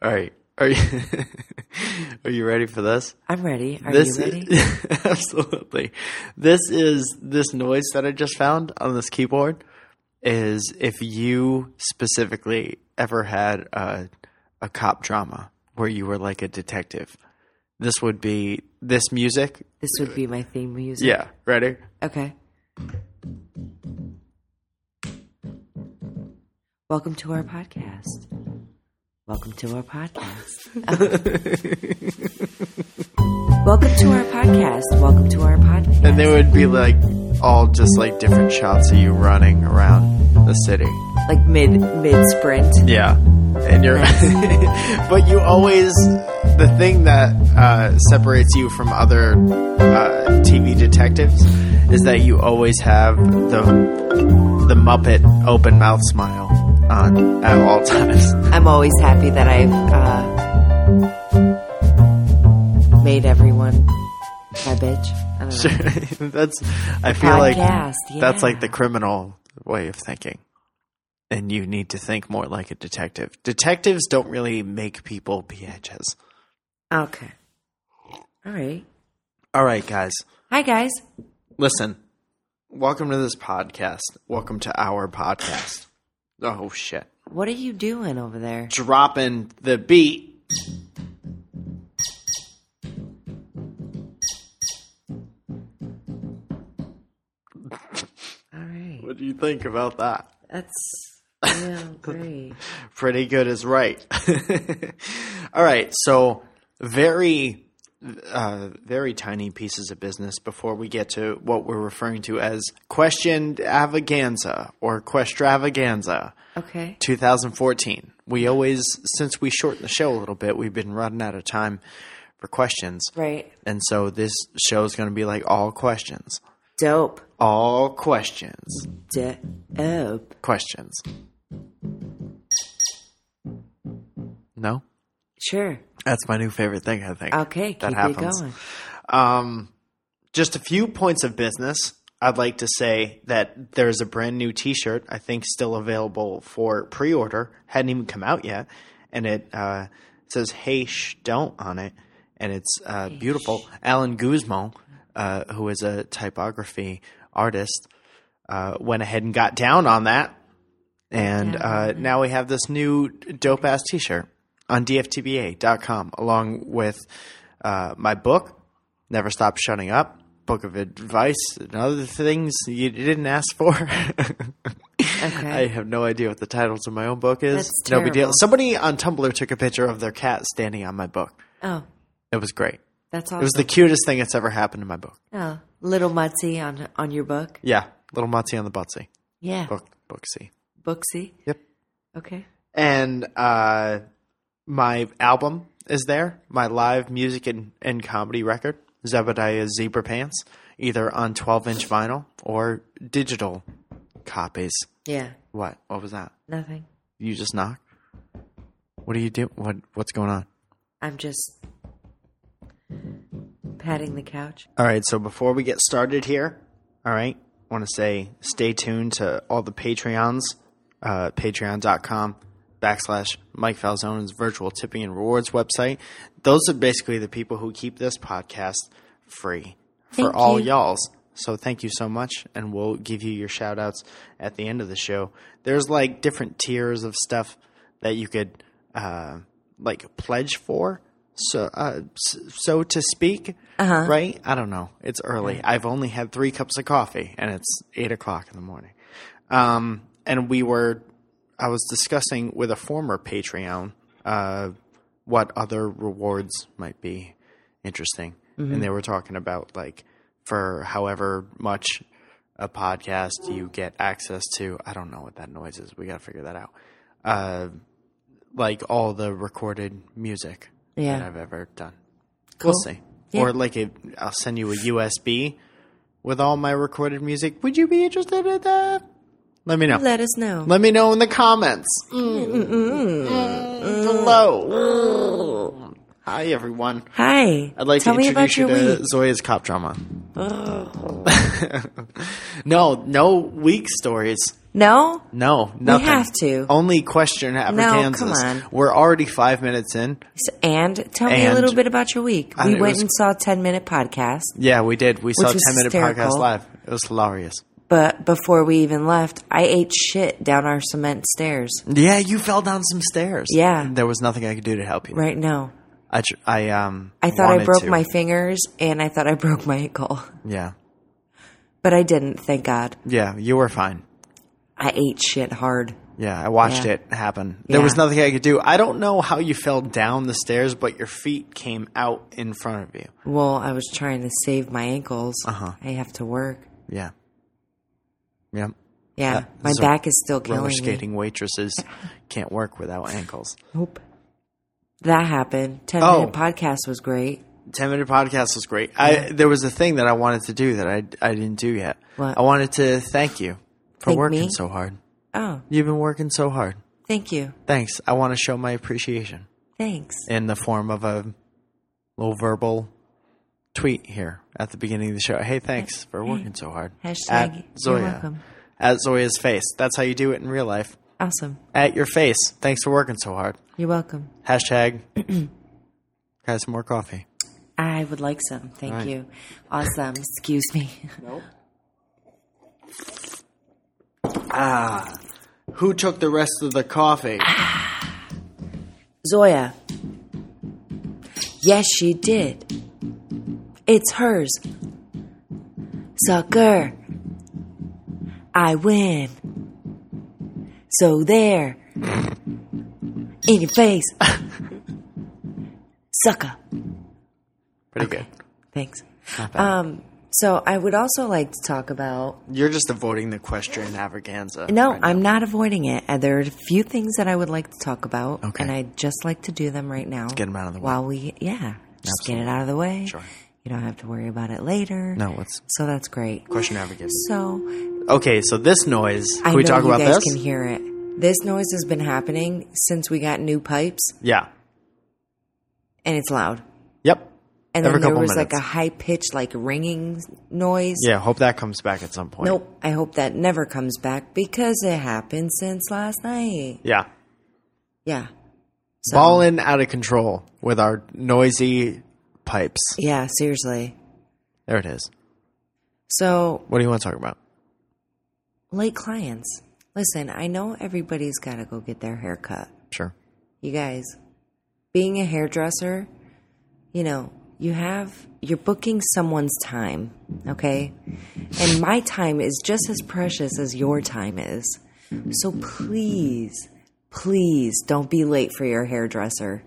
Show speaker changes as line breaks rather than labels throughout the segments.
All right. Are you, are you ready for this?
I'm ready. Are
this
you ready?
Is, absolutely. This is this noise that I just found on this keyboard is if you specifically ever had a a cop drama where you were like a detective. This would be this music.
this would be my theme music.
Yeah, ready?
Okay. Welcome to our podcast. Welcome to our podcast. Welcome to our podcast. Welcome to our podcast.
And they would be like all just like different shots of you running around the city.
like mid mid sprint.
Yeah. And you're but you always the thing that uh, separates you from other uh, TV detectives is that you always have the the Muppet open mouth smile on at all times.
I'm always happy that I've uh, made everyone my bitch. I don't know.
Sure. that's I feel like
Podcast,
that's
Ah, yeah.
like the criminal way of thinking. And you need to think more like a detective. Detectives don't really make people be edges.
Okay. All right.
All right, guys.
Hi guys.
Listen, welcome to this podcast. Welcome to our podcast. Oh, shit.
What are you doing over there?
Dropping the beat.
All right.
What do you think about that?
That's well, great.
Pretty good is right. All right, so very, uh, very tiny pieces of business before we get to what we're referring to as question avaganza or questravaganza.
Okay.
2014. We always, since we shortened the show a little bit, we've been running out of time for questions.
Right.
And so this show is going to be like all questions.
Dope.
All questions.
Dope.
Questions. No?
Sure.
That's my new favorite thing, I think.
Okay.
That
keep
happens.
it going.
Um, just a few points of business. I'd like to say that there's a brand new T-shirt I think still available for pre-order. Hadn't even come out yet, and it uh, says "Hey, shh, don't" on it, and it's uh, beautiful. Alan Guzmo, uh, who is a typography artist, uh, went ahead and got down on that, and uh, now we have this new dope ass T-shirt on dftba.com, along with uh, my book Never Stop Shutting Up, Book of Advice, and other things you didn't ask for. I have no idea what the titles of my own book is.
That's
no big deal.
terrible.
Somebody on Tumblr took a picture of their cat standing on my book.
Oh,
It was great.
that's
It
awesome.
was the cutest thing that's ever happened to my book.
oh, little Mutsy on on your book.
Yeah, little Motsi on the Butsy.
Yeah.
Book Booksy.
Booksy.
Yep.
Okay.
and uh, my album is there. My live music and, and comedy record, Zebediah's Zebra Pants, either on 12 inch vinyl or digital copies.
Yeah.
What? What was that?
Nothing.
You just knock? What do you do? What What's going on?
I'm just patting the couch.
All right, so before we get started here, all right, I want to say stay tuned to all the Patreons, uh, patreon.com backslash Mike Falzone's virtual tipping and rewards website. Those are basically the people who keep this podcast free for
Thank
all
you.
y'alls. So thank you so much, and we'll give you your shout outs at the end of the show. There's like different tiers of stuff that you could uh, like pledge for. So, uh, s- so to speak, uh-huh. right? I don't know. It's early. I've only had three cups of coffee, and it's eight o'clock in the morning. Um, and we were, I was discussing with a former Patreon, uh, what other rewards might be interesting.
Mm-hmm.
And they were talking about like for however much a podcast you get access to. I don't know what that noise is. We got to figure that out. Uh, like all the recorded music
Yeah.
that I've ever done.
Cool.
We'll see. Or like a, I'll send you a USB with all my recorded music. Would you be interested in that? Let me know.
Let us know.
Let me know in the comments. Mm. Mm. Hello. Hi, everyone.
Hi.
I'd like
Tell
to
me about
introduce you
your
to
week.
Zoya's cop drama. No, no weak stories.
No?
No, nothing.
have to.
Only question Afrikansas.
come on.
We're already five minutes in.
So- And tell me a
And-
little bit about your week.
I
We
mean, it
went
was-
and saw a 10 minute podcast,
Yeah, we did. We saw a
was
10 minute
hysterical.
podcast live. It was hilarious.
but before we even left, I ate shit down our cement stairs.
Yeah, you fell down some stairs.
Yeah.
There was nothing I could do to help you.
Right now.
I, tr- I, um,
I thought I
wanted
broke
to.
my fingers and I thought I broke my ankle,
Yeah.
but I didn't, thank God.
Yeah, you were fine.
I ate shit hard.
Yeah, I watched
Yeah.
it happen. There
Yeah.
was nothing I could do. I don't know how you fell down the stairs, but your feet came out in front of you.
Well, I was trying to save my ankles.
Uh-huh.
I have to work.
Yeah. Yeah.
Yeah,
Uh,
my
so
back is still killing
Roller
me.
skating waitresses can't work without ankles.
Nope. That happened. 10
Oh.
minute podcast was great.
10 minute podcast was great. I there was a thing that I wanted to do that I, I didn't do yet.
What?
I wanted to thank you for
Thank
working
me?
so hard.
Oh,
You've been working so hard.
thank you.
Thanks. I want to show my appreciation
Thanks.
in the form of a little verbal tweet here at the beginning of the show. Hey, thanks for working so hard.
Hashtag,
At
you're
Zoya.
welcome.
At Zoya's face. That's how you do it in real life.
Awesome.
At your face. Thanks for working so hard.
You're welcome.
Hashtag. Have some more coffee.
I would like some. Thank
right.
you. Awesome. Excuse me.
Ah, Who took the rest of the coffee?
Zoya. Yes, she did. It's hers. Sucker. I win. So there. In your face. Sucker.
Pretty
Thanks. Um, so I would also like to talk about.
good. You're just avoiding the question, Afriganza.
No, I'm not avoiding it. Uh, There are a few things that I would like to talk about,
Okay.
and I'd just like to do them right now.
get 'em out of the way.
While we, yeah, just get it out of the way.
Sure.
You don't have to worry about it later.
No, what's
So that's great.
question, Afriganza?
So
Okay, so this noise. Can
I
we
know
talk
you
about
guys
this?
can hear it. This noise has been happening since we got new pipes,
yeah.
and it's loud.
Yep.
And
Every
then there
couple
was
minutes.
like a high pitched, like ringing noise.
Yeah, hope that comes back at some point.
Nope. I hope that never comes back because it happened since last night.
Yeah.
Yeah. So,
Balling out of control with our noisy pipes.
yeah, seriously.
There it is.
So,
What do you want to talk about?
late clients. Listen, I know everybody's got to go get their hair cut.
Sure.
You guys, being a hairdresser, you know, you have you're booking someone's time, okay? And my time is just as precious as your time is. So please, please don't be late for your hairdresser.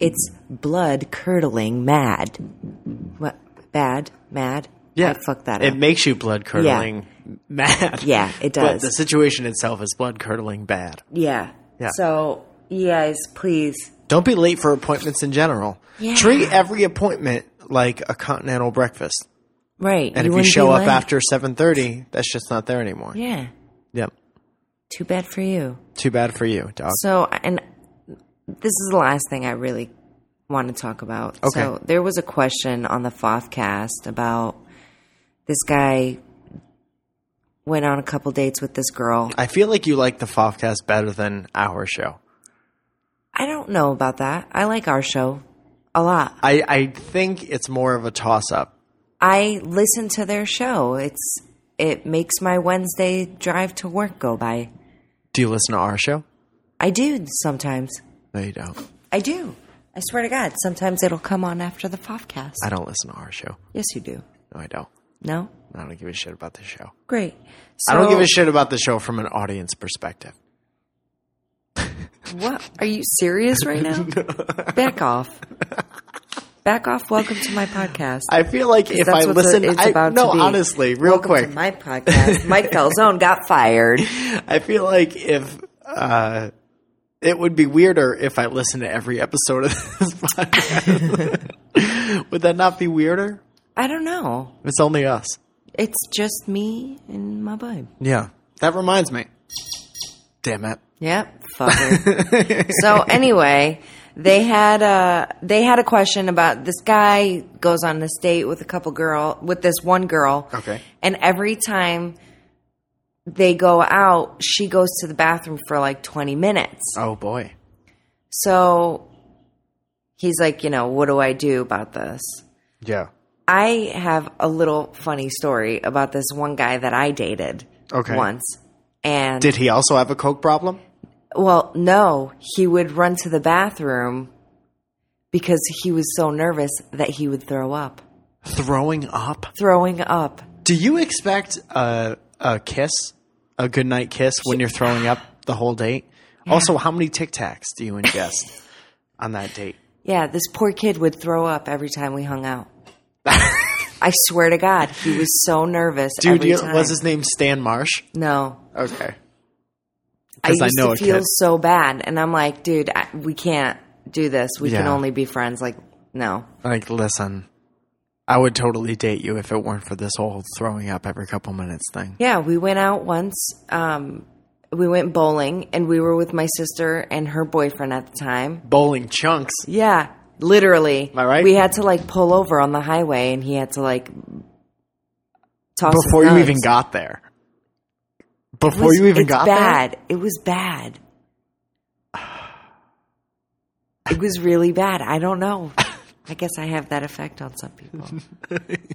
It's blood curdling mad. What bad? Mad? I fuck that
It
up.
makes you blood curdling mad.
Yeah, it
But
does.
the situation itself is blood curdling bad.
yeah.
Yeah.
So you guys, please.
Don't be late for appointments in general.
Yeah.
Treat every appointment like a continental breakfast.
Right.
And if you
wouldn't be
show up
late.
after seven thirty, that's just not there anymore.
Yeah.
Yep.
Too bad for you.
Too bad for you, dog.
So, and this is the last thing I really want to talk about.
Okay.
So, there was a question on the Fothcast about this guy went on a couple dates with this girl.
I feel like you like the Fofcast better than our show.
I don't know about that. I like our show a lot.
I, I think it's more of a toss up.
I listen to their show. It's it makes my Wednesday drive to work go by.
Do you listen to our show?
I do sometimes.
No, you don't.
I do. I swear to God, sometimes it'll come on after the Fothcast.
I don't listen to our show.
Yes, you do.
No, I don't.
No?
I don't give a shit about the show.
Great.
I don't give
So-
a shit about the show from an audience perspective.
What? Are you serious right now? Back off. Back off. Welcome to my podcast.
I feel like if I
That's what the-
listen,
it's
I,
about
no,
to be.
honestly, real
Welcome
quick,
to my podcast. Mike Calzone got fired.
I feel like if uh, it would be weirder if I listened to every episode of this podcast. would that not be weirder?
I don't know.
It's only us.
It's just me and my vibe.
Yeah, that reminds me. Damn it.
Yep, fucker. so anyway, They had a they had a question about this guy goes on this date with a couple girl with this one girl.
Okay.
And every time they go out, she goes to the bathroom for like 20 minutes.
Oh boy.
So he's like, you know, what do I do about this?
Yeah.
I have a little funny story about this one guy that I dated
Okay.
once. And
Did he also have a coke problem?
well, no, he would run to the bathroom because he was so nervous that he would throw up.
Throwing up?
Throwing up.
Do you expect a a kiss, a goodnight kiss when you're throwing up the whole date? Also, how many Tic Tacs do you ingest on that date?
Yeah, this poor kid would throw up every time we hung out. I swear to God, he was so nervous.
Dude,
every
you,
time.
was his name Stan Marsh?
no.
Okay.
I
'Cause
used
I know
to
a
feel
kid.
so bad, and I'm like, dude, I, we can't do this. We can
Yeah.
only be friends. Like, no,
Like, listen, I would totally date you if it weren't for this whole throwing up every couple minutes thing.
yeah, we went out once. Um, we went bowling, and we were with my sister and her boyfriend at the time.
Bowling chunks.
Yeah, literally. Am
I right?
We had to like pull over on the highway, and he had to like toss his
before you
nuts.
even got there.
It
Before
was-
you even
it's
got
bad. It was bad. It was really bad. I don't know. I guess I have that effect on some people.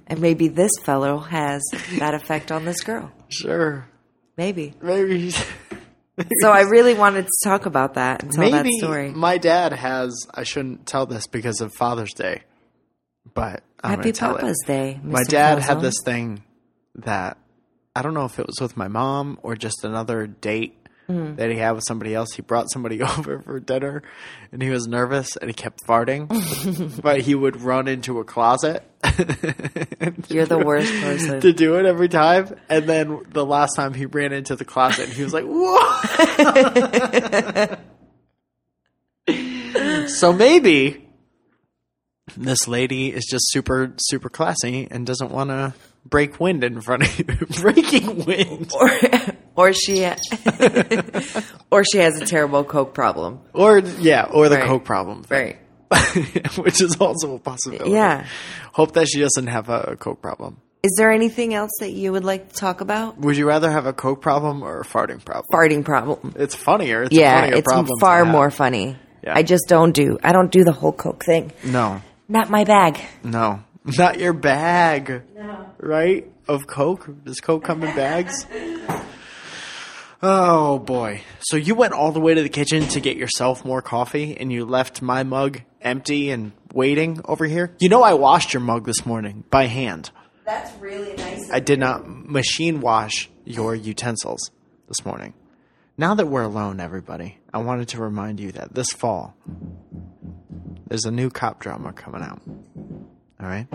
and maybe this fellow has that effect on this girl.
there, sure,
Maybe.
maybe,
So I really wanted to talk about that and tell that
maybe
story.
my dad has. I shouldn't tell this because of Father's Day, but I'm gonna
Happy
tell it.
Papa's Day.
My
Mr.
dad had
Calzone.
this thing that I don't know if it was with my mom or just another date
Hmm.
that he had with somebody else. He brought somebody over for dinner and he was nervous and he kept farting, but he would run into a closet.
You're the worst person.
to do it every time. And then the last time he ran into the closet and he was like, whoa. so maybe this lady is just super, super classy and doesn't want to break wind in front of you. Breaking wind.
or, or she or she has a terrible coke problem.
Or, yeah, or the
Right.
coke problem.
Right.
Which is also a possibility.
Yeah.
Hope that she doesn't have a coke problem.
Is there anything else that you would like to talk about?
Would you rather have a coke problem or a farting problem?
Farting problem.
It's funnier. It's a
yeah,
funnier
it's
problem to
far
have.
more funny.
Yeah.
I just don't do. I don't do the whole Coke thing.
No,
Not my bag.
no, not your bag. No. Right? Of Coke? Does Coke come in bags? Oh boy. So you went all the way to the kitchen to get yourself more coffee and you left my mug empty and waiting over here? You know I washed your mug this morning by hand.
That's really nice.
I did not machine wash your utensils this morning. Now that we're alone, everybody, I wanted to remind you that this fall, there's a new cop drama coming out. All right?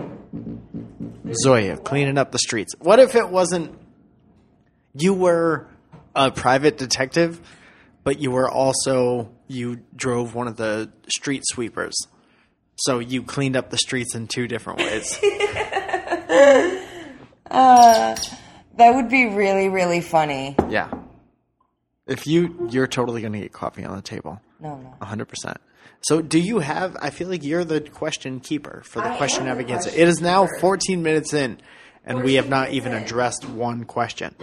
Zoya, cleaning up the streets. What if it wasn't you were a private detective, but you were also, you drove one of the street sweepers. So you cleaned up the streets in two different ways.
That would be really really funny.
Yeah. If you you're totally gonna get coffee on the table.
No, no.
hundred percent. So do you have I feel like you're the question keeper for the
I
question
am the
navigator.
question
It is now fourteen minutes in and we have not even addressed one question.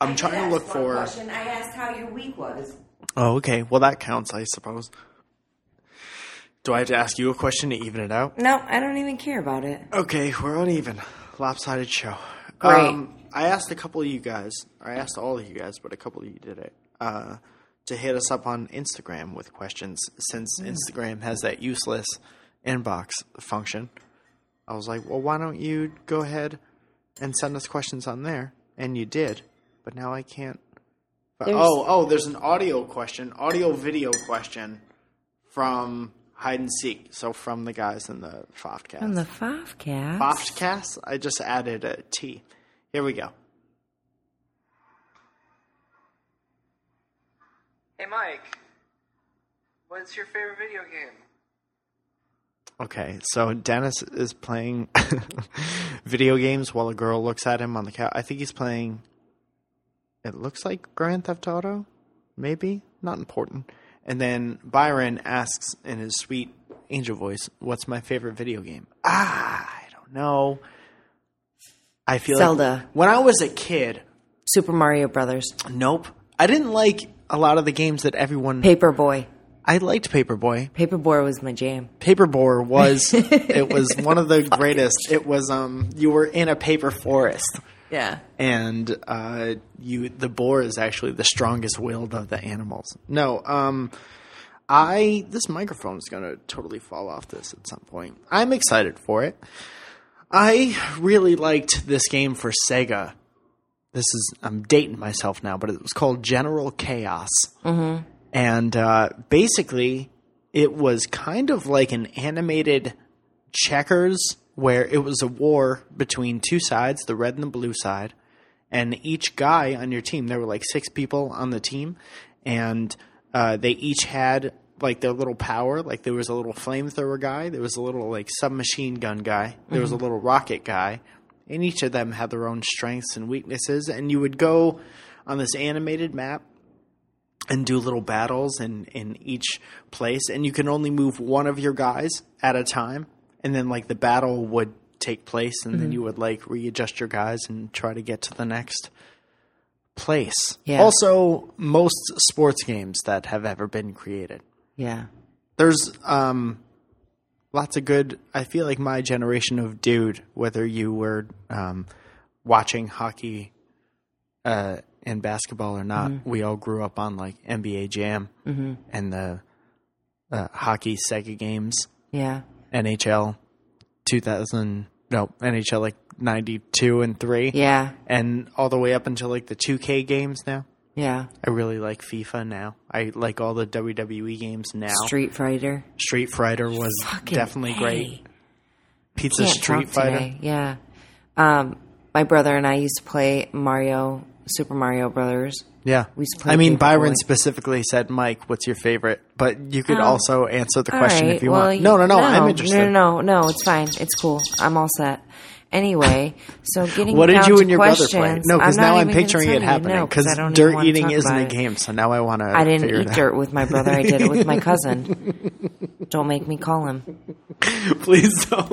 I'm trying to look for
I asked how your week was.
Oh, okay. Well that counts, I suppose. Do I have to ask you a question to even it out?
No, I don't even care about it.
Okay, we're uneven. Lopsided show. Um,
Great.
I asked a couple of you guys, I asked all of you guys, but a couple of you did it, uh, to hit us up on Instagram with questions since
Mm.
Instagram has that useless inbox function. I was like, well, why don't you go ahead and send us questions on there? And you did, but now I can't. But,
There's-
oh, oh, there's an audio question, audio video question from Hide and Seek. So from the guys in the Foftcast.
On the Fofcast.
Boftcast. I just added a T. Here we go.
Hey Mike, what's your favorite video game?
Okay, so Dennis is playing video games while a girl looks at him on the couch. I think he's playing. It looks like Grand Theft Auto, maybe not important. And then Byron asks in his sweet angel voice, "What's my favorite video game?" Ah, I don't know. I feel like-
Zelda.
when I was a kid,
Super Mario Brothers,
nope, I didn't like a lot of the games that everyone.
Paperboy.
I liked Paperboy.
Paperboy was my jam.
Paperboy was it was one of the greatest. It was um you were in a paper forest.
Yeah.
and uh, you the boar is actually the strongest willed of the animals. No, um, I this microphone is going to totally fall off this at some point. I'm excited for it. I really liked this game for Sega. This is I'm dating myself now, but it was called General Chaos, mm-hmm. and uh, basically it was kind of like an animated checkers where it was a war between two sides, the red and the blue side, and each guy on your team, there were like six people on the team, and uh, they each had like their little power. Like there was a little flamethrower guy, there was a little like submachine gun guy, there was a little rocket guy, and each of them had their own strengths and weaknesses. And you would go on this animated map and do little battles in, in each place and you can only move one of your guys at a time and then like the battle would take place and then you would like readjust your guys and try to get to the next place
Yeah.
also most sports games that have ever been created
Yeah.
there's um lots of good i feel like my generation of dude whether you were um watching hockey uh and basketball or not we all grew up on like nba jam and the uh, hockey sega games
Yeah.
nhl 2000 no nhl like 92 and 3
Yeah.
and all the way up until like the 2k games now
Yeah.
i really like fifa now i like all the wwe games now
Street Fighter.
Street Fighter was
Fucking
definitely
A.
great. Pizza
Can't
Street
talk
Fighter.
today. Yeah. Um, my brother and I used to play Mario, Super Mario Brothers.
Yeah.
We used to play
I mean,
Paperboy.
Byron specifically said, Mike, what's your favorite? But you could
Oh.
also answer the question
All right,
if you
well,
want. No, no, no, I'm interested.
No, no, no, no, it's fine. It's cool. I'm all set. Anyway, so getting
What did
down
you
to
and your
questions,
brother play? No, because
not
now I'm
even gonna
picturing
tell
it
you,
happening.
no, 'cause I don't even
dirt
wanna
eating
talk
isn't
about
a
it.
game, so now I want to.
I didn't
figure it
eat
out.
dirt with my brother. I did it with my cousin. don't make me call him.
Please don't.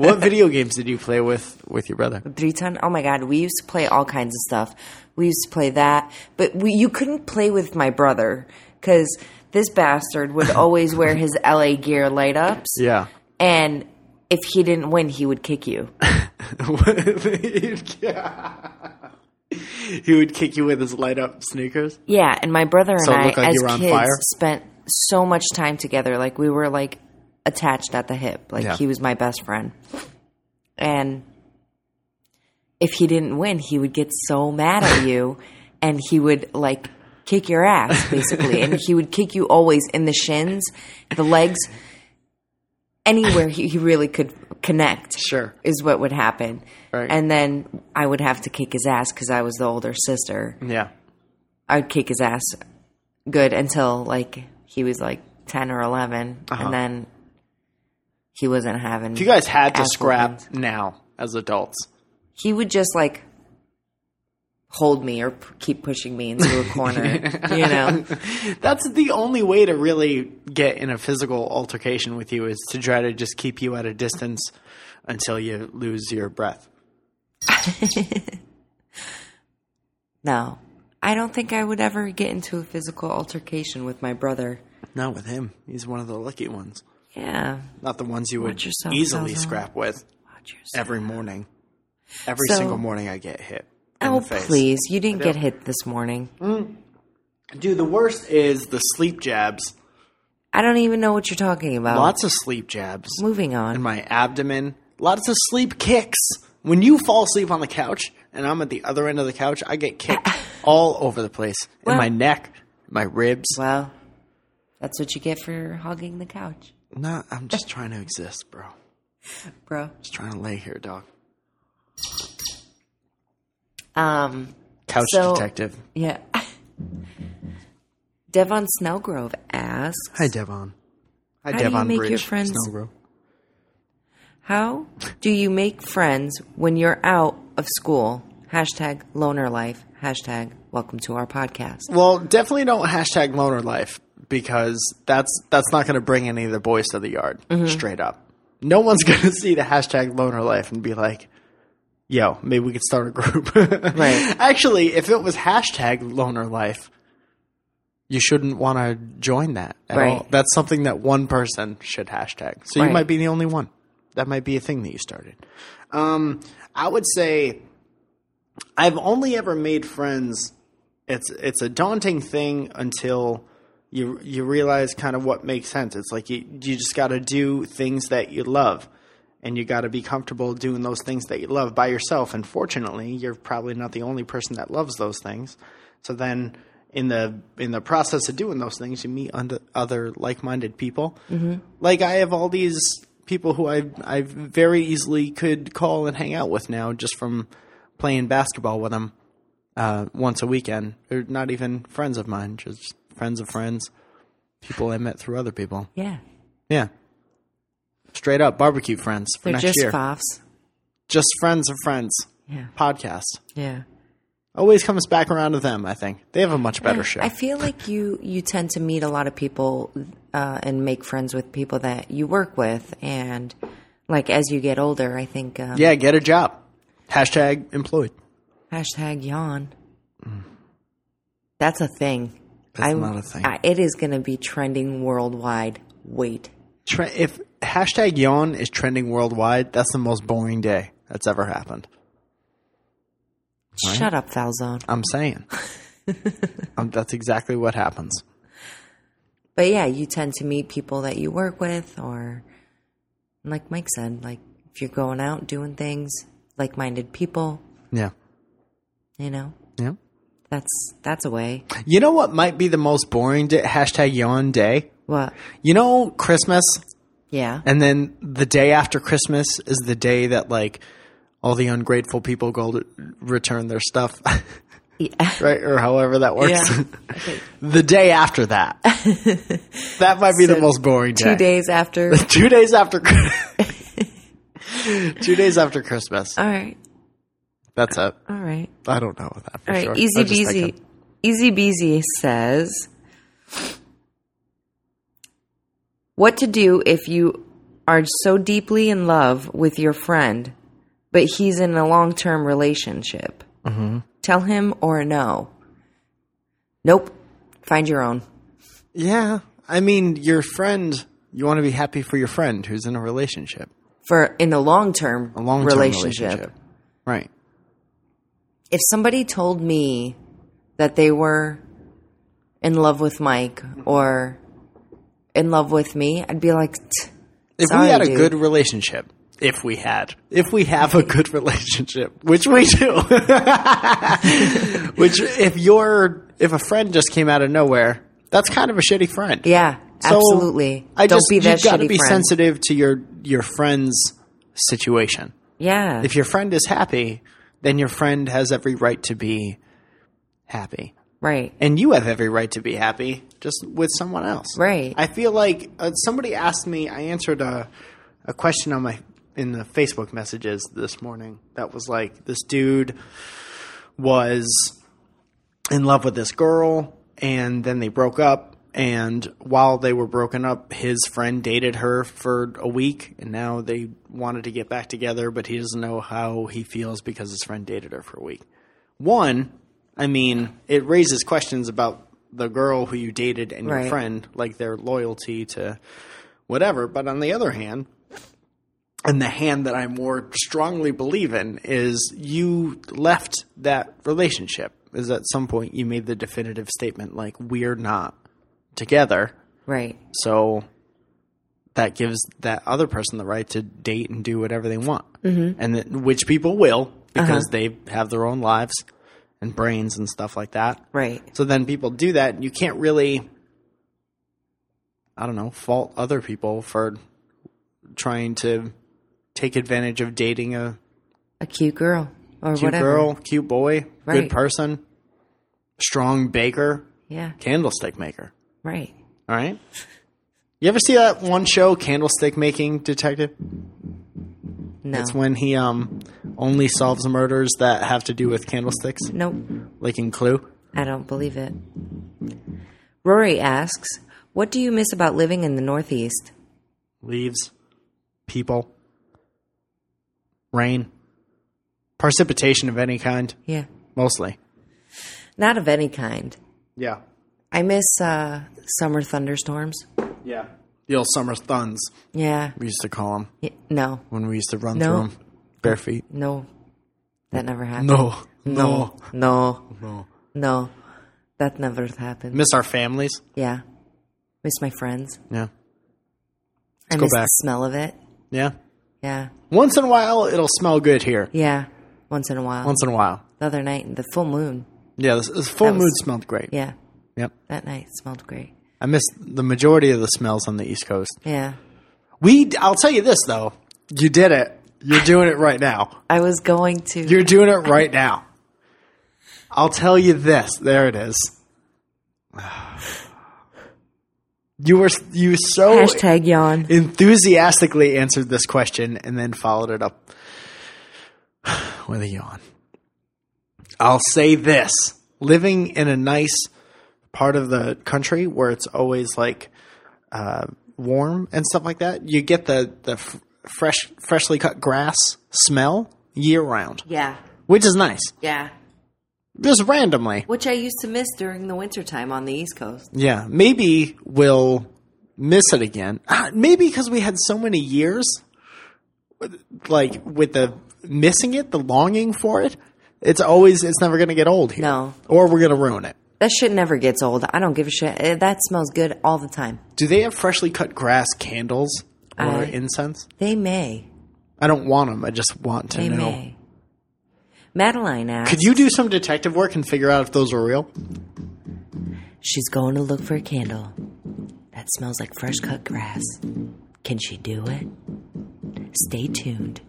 what video games did you play with with your brother?
Briton. Oh my god, we used to play all kinds of stuff. We used to play that, but we, you couldn't play with my brother because this bastard would always wear his LA gear light ups.
Yeah.
and if he didn't win, he would kick you.
he would kick you with his light up sneakers.
Yeah, and my brother and
So it
I,
looked like
as
you were on
kids,
fire?
spent so much time together. Like we were like attached at the hip. Like
Yeah.
he was my best friend, and if he didn't win, he would get so mad at you, and he would like kick your ass basically, and he would kick you always in the shins, the legs, anywhere he, he really could connect.
Sure.
is what would happen.
Right.
And then I would have to kick his ass because I was the older sister.
Yeah.
I would kick his ass good until like he was like 10 or 11 and then he wasn't having
Uh-huh. If you guys had to
Asshole
scrap now as adults,
he would just like hold me or p- keep pushing me into a corner you know
That's the only way to really get in a physical altercation with you is to try to just keep you at a distance until you lose your breath.
no i don't think i would ever get into a physical altercation with my brother
Not with him. He's one of the lucky ones.
yeah
Not the ones you would
Watch yourself,
easily
Zaza.
scrap with
Watch yourself.
every morning. Every
So-
single morning I get hit. In
oh
the face.
please you didn't get hit this morning
Dude, the worst is the sleep jabs.
i don't even know what you're talking about
Lots of sleep jabs.
moving
in
on
my abdomen. Lots of sleep kicks. When you fall asleep on the couch and I'm at the other end of the couch, I get kicked all over the place in
Well-
my neck, my ribs.
well that's what you get for hogging the couch
No, I'm just trying to exist, bro.
bro
Just trying to lay here, dog.
um
Couch
So-
detective.
Yeah. Devon Snellgrove asks,
Hi, Devon. Hi,
How do you
Devon
make your
Bridge.
friends-
Snowbro.
"How do you make friends when you're out of school?" Hashtag loner life. Hashtag welcome to our podcast.
Well, definitely don't hashtag loner life because that's that's not going to bring any of the boys to the yard
Mm-hmm.
straight up. No one's going to see the hashtag loner life and be like, "Yo, maybe we could start a group."
Right.
Actually, if it was hashtag loner life, you shouldn't want to join that at
Right.
all. That's something that one person should hashtag. So
Right.
you might be the only one. That might be a thing that you started. Um, I would say I've only ever made friends. It's it's a daunting thing until you you realize kind of what makes sense. It's like you you just got to do things that you love, and you got to be comfortable doing those things that you love by yourself. And fortunately, you're probably not the only person that loves those things. So then. In the in the process of doing those things, you meet under, other like minded people. Like I have all these people who I I very easily could call and hang out with now, just from playing basketball with them uh, once a weekend. They're not even friends of mine, just friends of friends, people I met through other people.
Yeah.
Yeah, straight up barbecue friends for
They're
next
just
year.
foffs.
Just friends of friends
Yeah.
podcast
Yeah.
always comes back around to them. I think they have a much better show.
I feel like you you tend to meet a lot of people uh, and make friends with people that you work with, and like as you get older, I think um,
yeah, get a job. Hashtag employed.
hashtag yawn. That's a thing.
That's
I'm-
not a thing.
I, it is going to be trending worldwide. Wait,
Tre- if hashtag yawn is trending worldwide, that's the most boring day that's ever happened.
shut up, Falzone.
I'm saying. um, that's exactly what happens.
But yeah, you tend to meet people that you work with, or like Mike said, like if you're going out doing things, like-minded people.
Yeah.
You know,
Yeah.
that's that's a way.
You know what might be the most boring day? Hashtag yawn day.
What?
You know, Christmas,
Yeah.
and then the day after Christmas is the day that, like, all the ungrateful people go to return their stuff,
Yeah.
right? Or however that works.
Yeah.
the day after that. that might be the
So,
most boring day.
Two days after.
Two days after. Two days after Christmas.
All right.
That's it.
All right.
I don't know that for
All right.
sure.
Easy
I just think
Beezy.
of-
Easy Beezy says What to do if you are so deeply in love with your friend, but he's in a long term relationship?
Mm-hmm.
Tell him or no. Nope. Find your own.
Yeah. I mean, your friend, you want to be happy for your friend who's in a relationship,
For in a long term
a long relationship. Right.
if somebody told me that they were in love with Mike or in love with me, I'd be like, "Tch,
If
Sorry,
we had a
dude.
good relationship, if we had, if we have a good relationship, which we do, which if you're, if a friend just came out of nowhere, that's kind of a shitty friend.
yeah,
So,
absolutely.
I
Don't
just,
be that
you got to
shitty
be
friend.
sensitive to your your friend's situation.
Yeah,
If your friend is happy, then your friend has every right to be happy.
right.
and you have every right to be happy just with someone else
Right.
i feel like uh, somebody asked me i answered a, a question on my in the facebook messages this morning that was like this dude was in love with this girl and then they broke up and while they were broken up his friend dated her for a week and now they wanted to get back together but he doesn't know how he feels because his friend dated her for a week one i mean it raises questions about the girl who you dated and your
Right.
friend like their loyalty to whatever but on the other hand and the hand that I more strongly believe in is you left that relationship. Is at some point you made the definitive statement like we're not together.
Right.
So that gives that other person the right to date and do whatever they want, mm-hmm. and that, which people will because they have their own lives and brains and stuff like that.
Right.
So then people do that, and you can't really, I don't know, fault other people for trying to take advantage of dating a
A cute girl or
cute
whatever.
girl, cute boy,
Right.
good person, strong baker,
Yeah.
candlestick maker.
Right.
All right. You ever see that one show, Candlestick Making Detective?
No.
It's when he um only solves murders that have to do with candlesticks,
nope.
like in Clue.
I don't believe it. Rory asks, What do you miss about living in the Northeast?
Leaves, people, rain, precipitation of any kind,
Yeah.
mostly.
Not of any kind.
Yeah.
I miss uh, summer thunderstorms.
Yeah. The old summer thuns,
Yeah.
we used to call them
Y- No.
when we used to run
No.
through 'em through them bare feet.
No. That never happened.
No. No.
No.
No.
No. That never happened.
Miss our families.
Yeah. Miss my friends.
Yeah.
I
go
miss the
back.
smell of it.
Yeah.
Yeah.
Once in a while, it'll smell good here.
Yeah. Once in a while.
Once in a while.
The other night, the full moon.
Yeah, this, this full
That was-
moon smelled great.
Yeah.
Yep.
That night smelled great.
I miss the majority of the smells on the East Coast.
Yeah.
We, I'll tell you this though, you did it. You're doing it right now.
I was going to.
You're doing it right now. I'll tell you this. There it is. You were you so
Hashtag yawn.
enthusiastically answered this question and then followed it up with a yawn. I'll say this living in a nice part of the country where it's always like uh, warm and stuff like that, you get the, the f- fresh, freshly cut grass smell year round,
Yeah.
which is nice.
Yeah.
Just randomly.
Which I used to miss during the wintertime on the East Coast.
Yeah, maybe we'll miss it again. Ah, Maybe because we had so many years, with- like with the missing it, the longing for it. It's always, it's never going to get old here.
No.
or we're going to ruin it.
That shit never gets old. I don't give a shit. Eh, That smells good all the time.
Do they have freshly cut grass candles or
I-
incense?
They may.
I don't want them. I just want to
They
know.
may. Madeline asks.
Could you do some detective work and figure out if those are real?
She's going to look for a candle that smells like fresh cut grass. Can she do it? Stay tuned.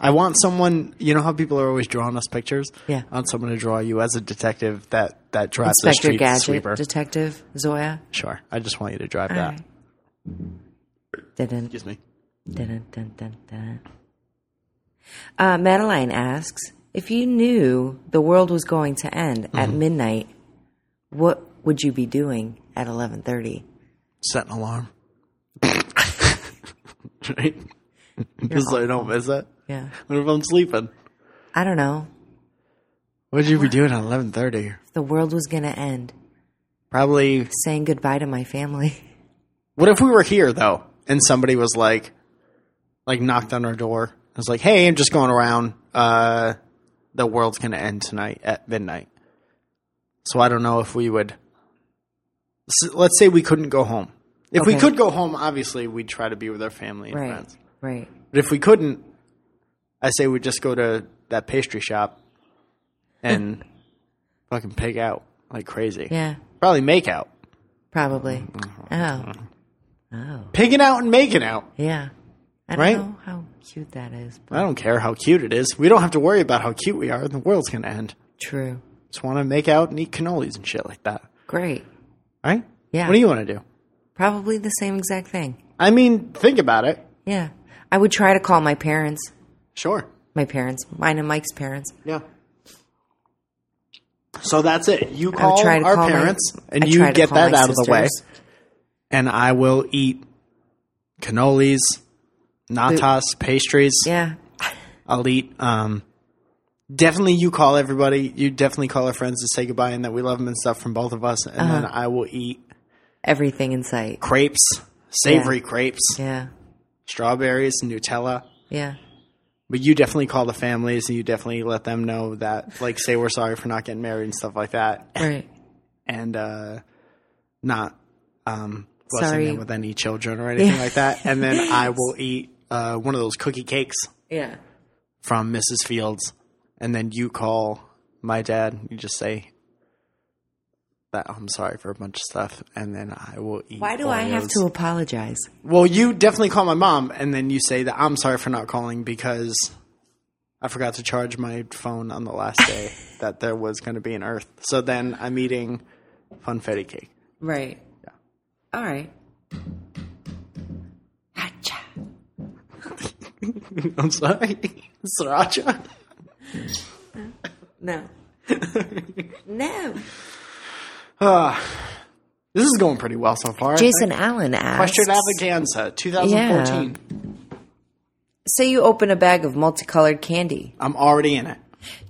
I want someone. You know how people are always drawing us pictures.
Yeah.
I want someone to draw you as a detective that that drives a
Inspector
street
Gadget,
sweeper.
Detective Zoya.
Sure. I just want you to drive
All
that.
right. Dun-dun,
Excuse me.
dun-dun, dun-dun, dun. Uh, Madeline asks if you knew the world was going to end at
Mm-hmm.
midnight, what would you be doing at eleven thirty?
Set an alarm. right? Just so I don't miss it.
Yeah,
What if I'm sleeping?
I don't know.
What'd you be doing at eleven thirty?
If the world was going to end,
Probably
saying goodbye to my family.
what if we were here though and somebody was like like knocked on our door and was like, Hey, I'm just going around, uh the world's gonna end tonight at midnight. So I don't know if we would s- let's say we couldn't go home. If we
Okay.
could go home, obviously we'd try to be with our family and
Right,
friends.
right.
But if we couldn't, I say we just go to that pastry shop and fucking pig out like crazy.
Yeah,
Probably make out.
probably.
Mm-hmm.
Oh,
Pigging out and making out.
yeah. I don't
Right?
know how cute that is, but
I don't care how cute it is. We don't have to worry about how cute we are. The world's going to end.
true.
Just want to make out and eat cannolis and shit like that.
Great.
Right?
Yeah.
What do you want to do?
Probably the same exact thing.
I mean, think about it.
Yeah. I would try to call my parents,
Sure.
my parents, mine and Mike's parents.
Yeah. So that's it. You
I would
call
try to
our
call my-
parents and
I
you
try to
get
call
that
my
out of the way.
sisters.
And I will eat cannolis, natas, pastries.
Yeah.
I'll eat. Um, definitely, you call everybody. You definitely call our friends to say goodbye and that we love them and stuff from both of us. And
Uh-huh.
then I will eat
Everything in sight.
crepes, savory crepes,
Yeah.
strawberries, Nutella.
Yeah.
But you definitely call the families and you definitely let them know that, like, say we're sorry for not getting married and stuff like that,
Right.
and uh, not um, blessing
Sorry.
them with any children or anything like that. And then I will eat uh, one of those cookie cakes
Yeah.
from Mrs. Fields, and then you call my dad. You just say that I'm sorry for a bunch of stuff, and then I will eat.
Why do I have
Oreos.
to apologize?
Well, you definitely call my mom, and then you say that I'm sorry for not calling because I forgot to charge my phone on the last day that there was going to be an Earth. So then I'm eating funfetti cake.
Right. All right. Gotcha.
I'm sorry, sriracha.
No. no.
This is going pretty well so far. I
Jason
think.
Allen asks.
Question Avaganza, 2014.
Say you open a bag of multicolored candy.
I'm already in it.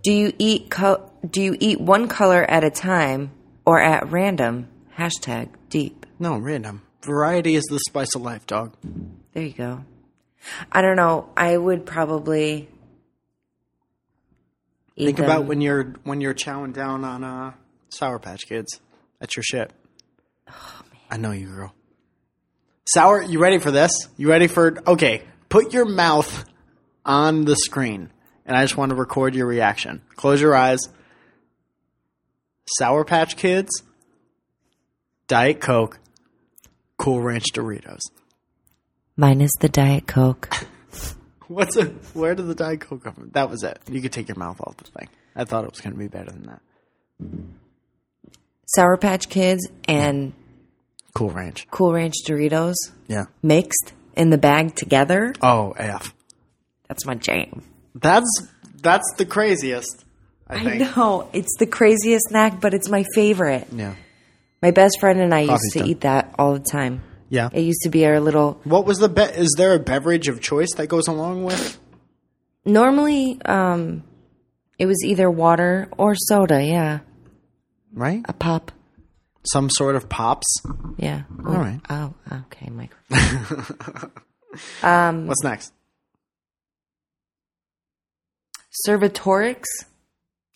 Do you eat co- do you eat one color at a time or at random? Hashtag deep.
No, random. Variety is the spice of life, dog.
There you go. I don't know. I would probably eat
Think
them.
about when you're when you're chowing down on uh, Sour Patch Kids. That's your shit. I know you, girl. Sour, you ready for this? You ready for? Okay, put your mouth on the screen, and I just want to record your reaction. Close your eyes. Sour Patch Kids, Diet Coke, Cool Ranch Doritos.
minus the diet coke.
What's a, Where did the Diet Coke come from? That was it. You could take your mouth off the thing. I thought it was going to be better than that.
Sour Patch Kids and
Cool Ranch.
Cool Ranch Doritos
Yeah.
mixed in the bag together.
Oh, F.
That's my jam.
That's that's the craziest. I,
I
think.
know. It's the craziest snack, but it's my favorite.
Yeah.
My best friend and I
Coffee's
used to
done.
eat that all the time.
Yeah.
It used to be our little.
What was the be- is there a beverage of choice that goes along with?
Normally, um, it was either water or soda. Yeah,
Right?
a pop.
Some sort of pops.
Yeah.
All right.
Oh, okay. Micro. Mm.
What's next?
Servatorix.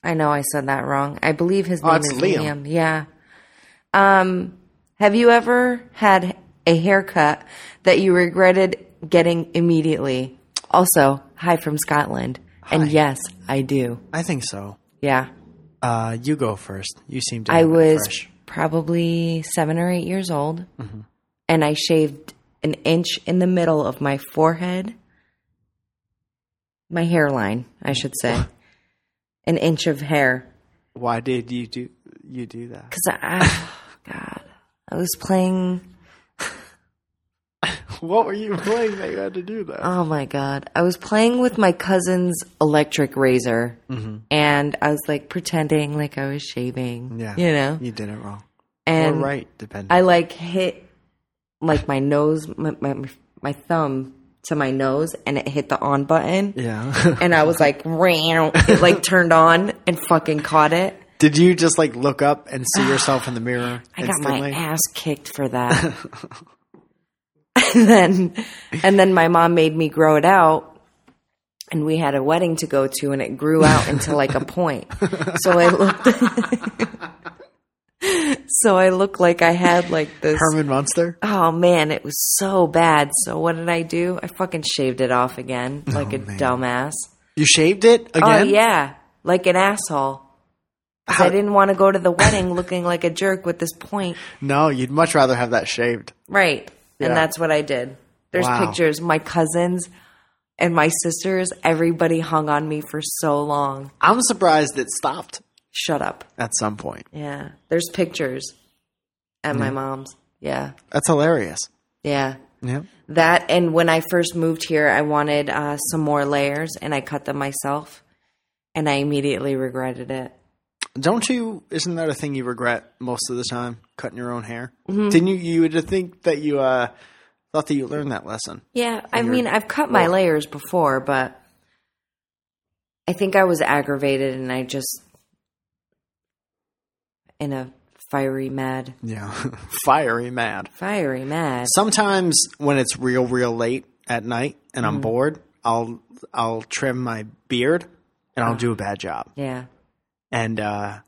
I know I said that wrong. I believe his
Oh,
name
it's
is
Liam.
Liam. Yeah. Um, have you ever had a haircut that you regretted getting immediately? Also, hi from Scotland.
Hi.
And yes, I do.
I think so.
Yeah.
Uh, you go first. You seem to.
I
have it
was
fresh. Mm-hmm.
probably seven or eight years old, and I shaved an inch in the middle of my forehead, my hairline, I should say, an inch of hair.
Why did you do you do that?
Because I, oh, God, I was playing.
What were you playing that you had to do that?
Oh my God, I was playing with my cousin's electric razor,
Mm-hmm.
and I was like pretending like I was shaving.
yeah.
you know,
You did it wrong. Or
and
right, depending.
I like hit like my nose, my, my my thumb to my nose, and it hit the on button,
yeah.
and I was like, "Meow." it like turned on and fucking caught it.
did you just like look up and see yourself in the mirror
I got
instantly?
my ass kicked for that. and then, and then my mom made me grow it out, and we had a wedding to go to, and it grew out into like a point. So I looked. so I looked like I had like this.
Herman Munster.
Oh man, it was so bad. So what did I do? I fucking shaved it off again, like a
Oh, man.
dumbass.
You shaved it again.
Oh yeah, like an asshole. 'Cause I didn't want to go to the wedding looking like a jerk with this point.
No, you'd much rather have that shaved.
Right.
Yeah.
And that's what I did. There's
Wow.
pictures. My cousins and my sisters, everybody hung on me for so long.
I'm surprised it stopped
Shut up.
at some point.
Yeah. There's pictures at
Mm-hmm.
my mom's. Yeah.
That's hilarious.
Yeah.
Yeah.
That and when I first moved here, I wanted uh, some more layers and I cut them myself and I immediately regretted it.
Don't you? Isn't that a thing you regret most of the time? Cutting your own hair. Didn't you? You would think that you uh, thought that you learned that lesson.
Yeah, I mean, I've cut my layers before, but I think I was aggravated and I just in a fiery mad,
Yeah. Fiery mad.
fiery mad.
Sometimes when it's real, real late at night and I'm bored, I'll I'll trim my beard and I'll do a bad job.
Yeah.
and uh,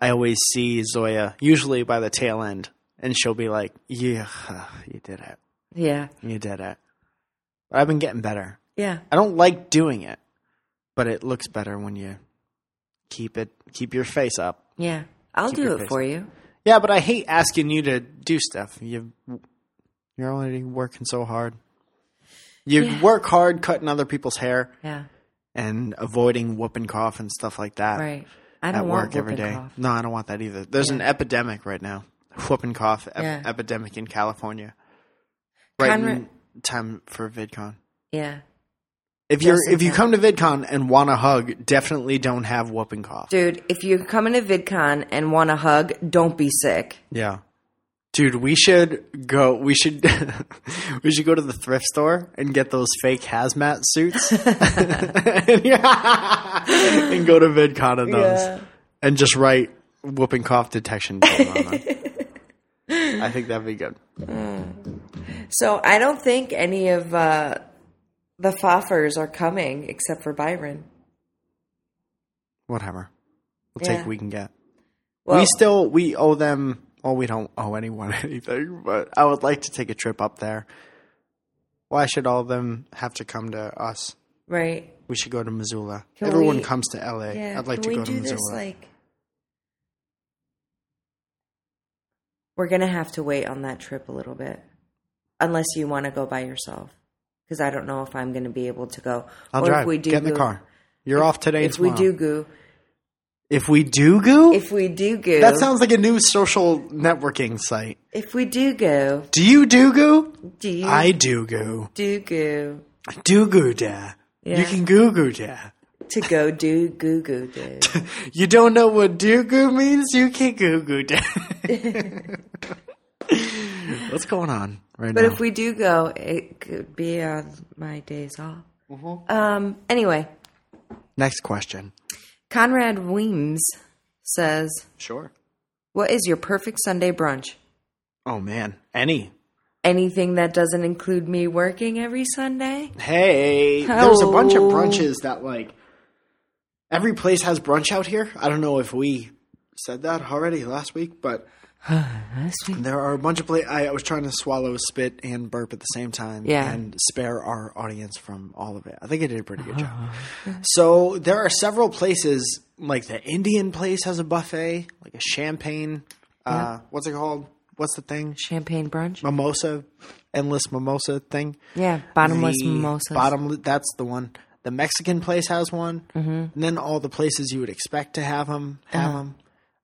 I always see Zoya usually by the tail end, and she'll be like, "Yeah, you did it,
Yeah.
you did it." But I've been getting better.
Yeah.
I don't like doing it, but it looks better when you keep it keep your face up.
Yeah. I'll
your
do it
face
for you.
Yeah, but I hate asking you to do stuff. You you're already working so hard. You
Yeah.
work hard cutting other people's hair
Yeah.
and avoiding whoop and cough and stuff like that.
Right. I
at
don't want
work
whooping
every day.
cough.
No, I don't want that either. There's an epidemic right now, whoop and cough ep-
Yeah.
epidemic in California. Right
Conrad-
in time for VidCon.
Yeah.
If you're
Just in
if you
time.
come to VidCon and want a hug, definitely don't have whoop and cough.
Dude, if you're coming to VidCon and want a hug, don't be sick.
Yeah, Dude, we should go. We should we should go to the thrift store and get those fake hazmat suits, and go to VidCon in those,
Yeah.
and just write whooping cough detection. film on them. I think that'd be good.
So I don't think any of uh, the Foffers are coming except for Byron.
Whatever, we'll
Yeah.
take what we can get.
Well,
we still we owe them. Well, we don't owe anyone anything, but I would like to take a trip up there. Why should all of them have to come to us?
right.
We should go to Missoula.
Can
Everyone
we-
comes to LA.
Yeah.
I'd like
Can
to
we
go to
do
Missoula.
this like? We're gonna have to wait on that trip a little bit, unless you want to go by yourself. Because I don't know if I'm gonna be able to go.
I'll
or
drive.
if we do
Get in the
go-
car. You're off today and
If we
tomorrow.
do goo,
if we do go,
if we do goo,
that sounds like a new social networking site.
If we do go,
Do you do go?
do you
I do go.
do goo
Do goo da.
Yeah.
You can goo goo da.
to go do goo goo do?
You don't know what do goo means? You can goo goo da. What's going on right
But
now?
if we do go, it could be on my days off.
Mm-hmm.
Um. Anyway,
Next question.
Conrad Weems says,
Sure.
"What is your perfect Sunday brunch?
Oh man, any.
Anything that doesn't include me working every Sunday?
Hey, there's a bunch of
Hello.
brunches that like every place has brunch out here. I don't know if we said that already last week, but
Ah,
there are a bunch of places. I, I was trying to swallow spit and burp at the same time,
Yeah.
and spare our audience from all of it. I think I did a pretty good job.
Uh-huh.
So there are several places like the Indian place has a buffet, like a champagne. Uh, what's it called? What's the thing?
Champagne brunch?
Mimosa, endless mimosa thing
Yeah, bottomless
the
mimosas.
Bottom, that's the one. The Mexican place has one,
Mm-hmm.
and then all the places you would expect to have them have them.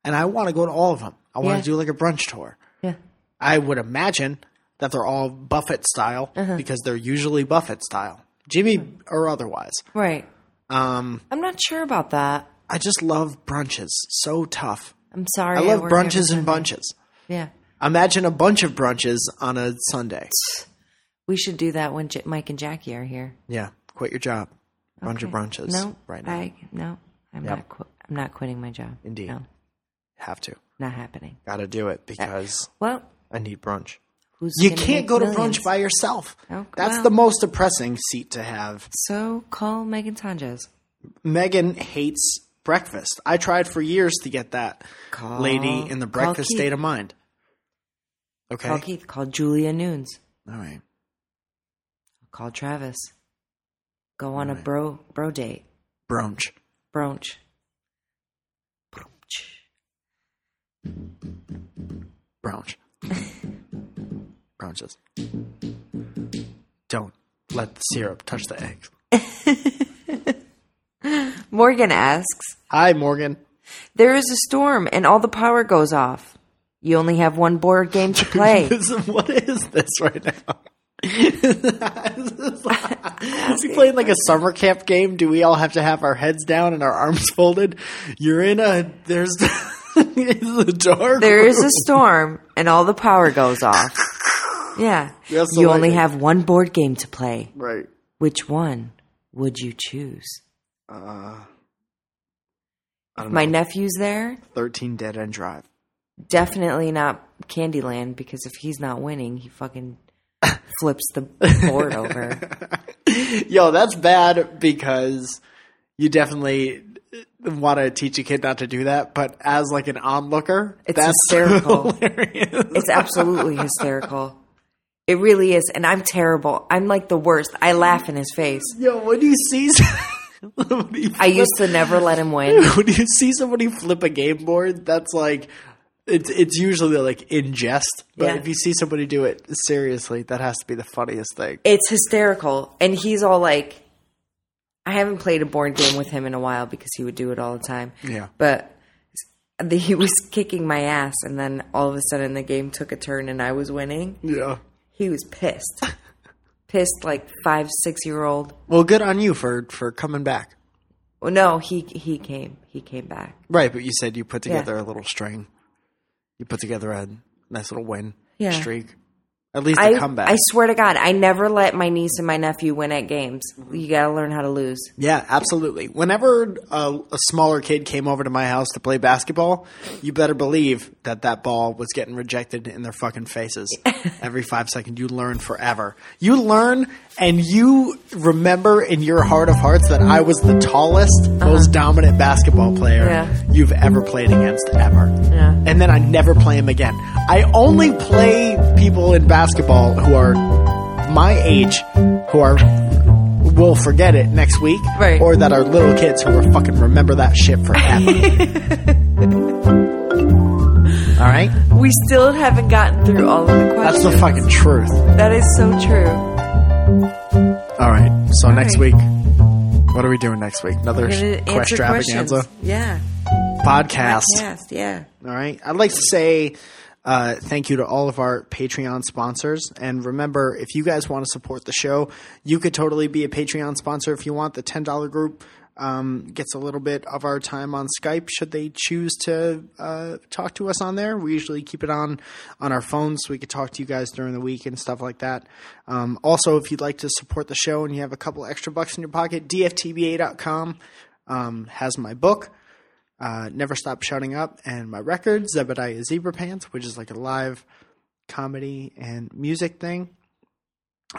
And I want to go to all of them. I want to
Uh-huh. Yeah.
do like a brunch tour.
yeah,
I would imagine that they're all Buffett style
Uh-huh.
because they're usually Buffett style, Jimmy
Mm-hmm.
or otherwise.
right.
Um,
I'm not sure about that.
I just love brunches. So tough.
I'm sorry.
I love
work every
brunches and
Sunday.
bunches.
Yeah,
Imagine a bunch of brunches on a Sunday.
we should do that when J- Mike and Jackie are here.
Yeah, quit your job. Bunch of
Okay.
brunches
No,
right now.
I, no, I'm
Yep.
not. Qu- I'm not quitting my job.
Indeed.
no,
Have to.
not happening.
Got to do it because
Well,
I need brunch.
who's
You
gonna
can't
make
go to
millions?
brunch by yourself.
Oh,
That's
well.
the most depressing seat to have.
So call Megan Tanjas.
Megan hates breakfast. I tried for years to get that
Call-
lady in the
call
breakfast
Keith.
state of mind. Okay.
Call Keith. Call Julia Nunes.
All right.
Call Travis. Go on a
Right.
bro bro date.
Brunch.
Brunch. Brunch.
Brunch. Brunches. Don't let the syrup touch the eggs.
Morgan asks,
Hi, Morgan.
"There is a storm and all the power goes off. You only have one board game to play.
This is- what is this right now? Is he playing like a summer camp game? Do we all have to have our heads down and our arms folded? You're in a there's it's a dark.
there is
room.
a storm and all the power goes off. Yeah.
That's the
you only
lightning.
have one board game to play.
right.
Which one would you choose?
Uh,
My nephew's there.
Thirteen dead end drive.
Definitely not Candyland because if he's not winning, he fucking flips the board over.
Yo, that's bad because you definitely want to teach a kid not to do that. But as like an onlooker,
It's
that's
hysterical.
hilarious.
It's absolutely hysterical. It really is, and I'm terrible. I'm like the worst. I laugh in his face.
Yo, when you see, when you
I used to never let him win.
when you see somebody flip a game board, that's like it's it's usually like in jest. But
Yeah.
if you see somebody do it seriously, that has to be the funniest thing.
It's hysterical, and he's all like, "I haven't played a board game with him in a while because he would do it all the time."
Yeah.
but the, he was kicking my ass, and then all of a sudden the game took a turn, and I was winning.
Yeah.
he was pissed. pissed like five, six year old.
Well, good on you for for coming back.
Well, Oh, no, he he came. He came back.
Right, but you said you put
Yeah.
together a little string. You put together a nice little win.
Yeah.
streak. At least
I,
a comeback.
I swear to God, I never let my niece and my nephew win at games. You got to learn how to lose.
yeah, absolutely. Whenever a, a smaller kid came over to my house to play basketball, you better believe that that ball was getting rejected in their fucking faces every five seconds. You learn forever. You learn and you remember in your heart of hearts that I was the tallest, most dominant basketball player
Uh-huh. Yeah.
you've ever played against ever.
Yeah.
And then I never play him again. I only play people in basketball who are my age, who are will forget it next week,
Right.
or that are little kids who are fucking remember that shit forever. All right,
We still haven't gotten through all of the
that's
questions.
the fucking truth.
That is so true.
All right, so next
right.
week, what are we doing next week? Another
We're gonna answer questions.
extravaganza
Yeah.
podcast.
Yes. Yeah.
All right. I'd like to say uh, thank you to all of our Patreon sponsors. And remember, if you guys want to support the show, you could totally be a Patreon sponsor if you want. The $10 group um, gets a little bit of our time on Skype should they choose to uh, talk to us on there. We usually keep it on on our phones so we could talk to you guys during the week and stuff like that. Um, also, if you'd like to support the show and you have a couple extra bucks in your pocket, dftba.com um, has my book uh, Never Stop Shouting Up, and my record, Zebediah Zebra Pants, which is like a live comedy and music thing.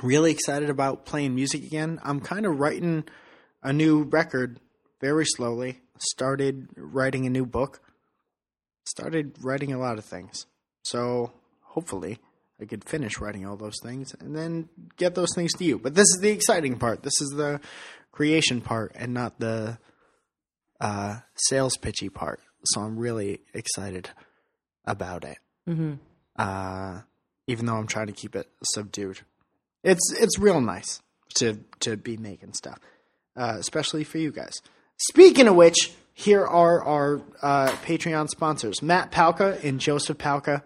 Really excited about playing music again. I'm kind of writing a new record very slowly. Started writing a new book. Started writing a lot of things. So hopefully I could finish writing all those things and then get those things to you. But this is the exciting part. This is the creation part and not the uh, sales pitchy part. So I'm really excited about it.
Mhm.
Uh, even though I'm trying to keep it subdued, it's it's real nice to to be making stuff, uh, especially for you guys. Speaking of which, here are our uh, Patreon sponsors: Matt Palka and Joseph Palka,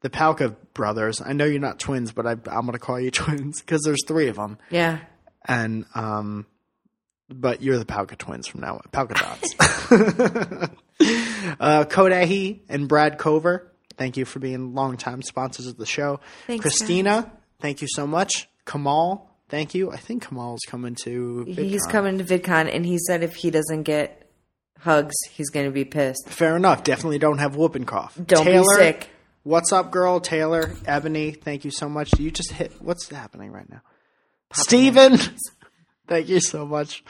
the Palka brothers. I know you're not twins, but I, I'm going to call you twins because there's three of them
Yeah.
and um, but you're the Palka twins from now on, Palka dots. uh, Kodahi and Brad Cover, thank you for being longtime sponsors of the show.
Thanks,
Christina, thank you so much. Kamal, thank you. I think Kamal's coming to.
He's
VidCon.
coming to VidCon, and he said if he doesn't get hugs, he's going to be pissed.
Fair enough. Definitely don't have whooping cough.
Don't be sick.
What's up, girl? Taylor, Ebony, thank you so much. You just hit. What's happening right now? Steven, thank you so much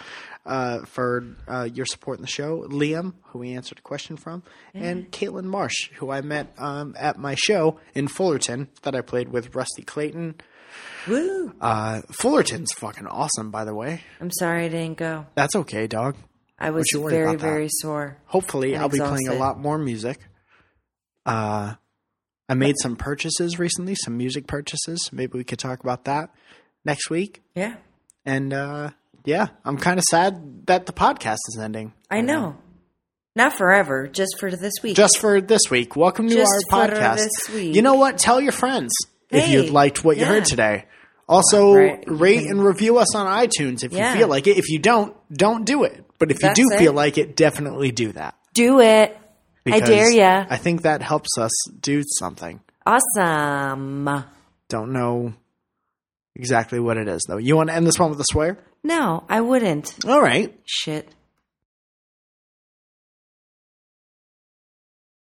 uh, for uh, your support in the show. Liam, who we answered a question from, and Caitlin Marsh, who I met um, at my show in Fullerton that I played with Rusty Clayton.
Woo!
Uh, Fullerton's fucking awesome, by the way.
I'm sorry I didn't go.
That's okay, dog.
I was
you worry
very,
about that.
very sore.
Hopefully,
and
I'll be playing a
exhausted.
lot more music. Uh, I made some purchases recently, some music purchases. Maybe we could talk about that next week.
Yeah.
And uh, yeah, I'm kind of sad that the podcast is ending.
I know. Not forever, just for this week.
Just for this week. Welcome to
Just
our
for
podcast.
this week.
You know what? Tell your friends if you
Hey,
liked what you
yeah.
heard today. Also,
Right, you
rate and review us on iTunes if
Yeah.
you feel like it. If you don't, don't do it. But if
That's
you do
it.
feel like it, definitely do that.
Do it. I
because
dare ya.
I think that helps us do something.
Awesome.
Don't know exactly what it is though. You want to end this one with a swear?
No, I wouldn't.
All right.
Shit.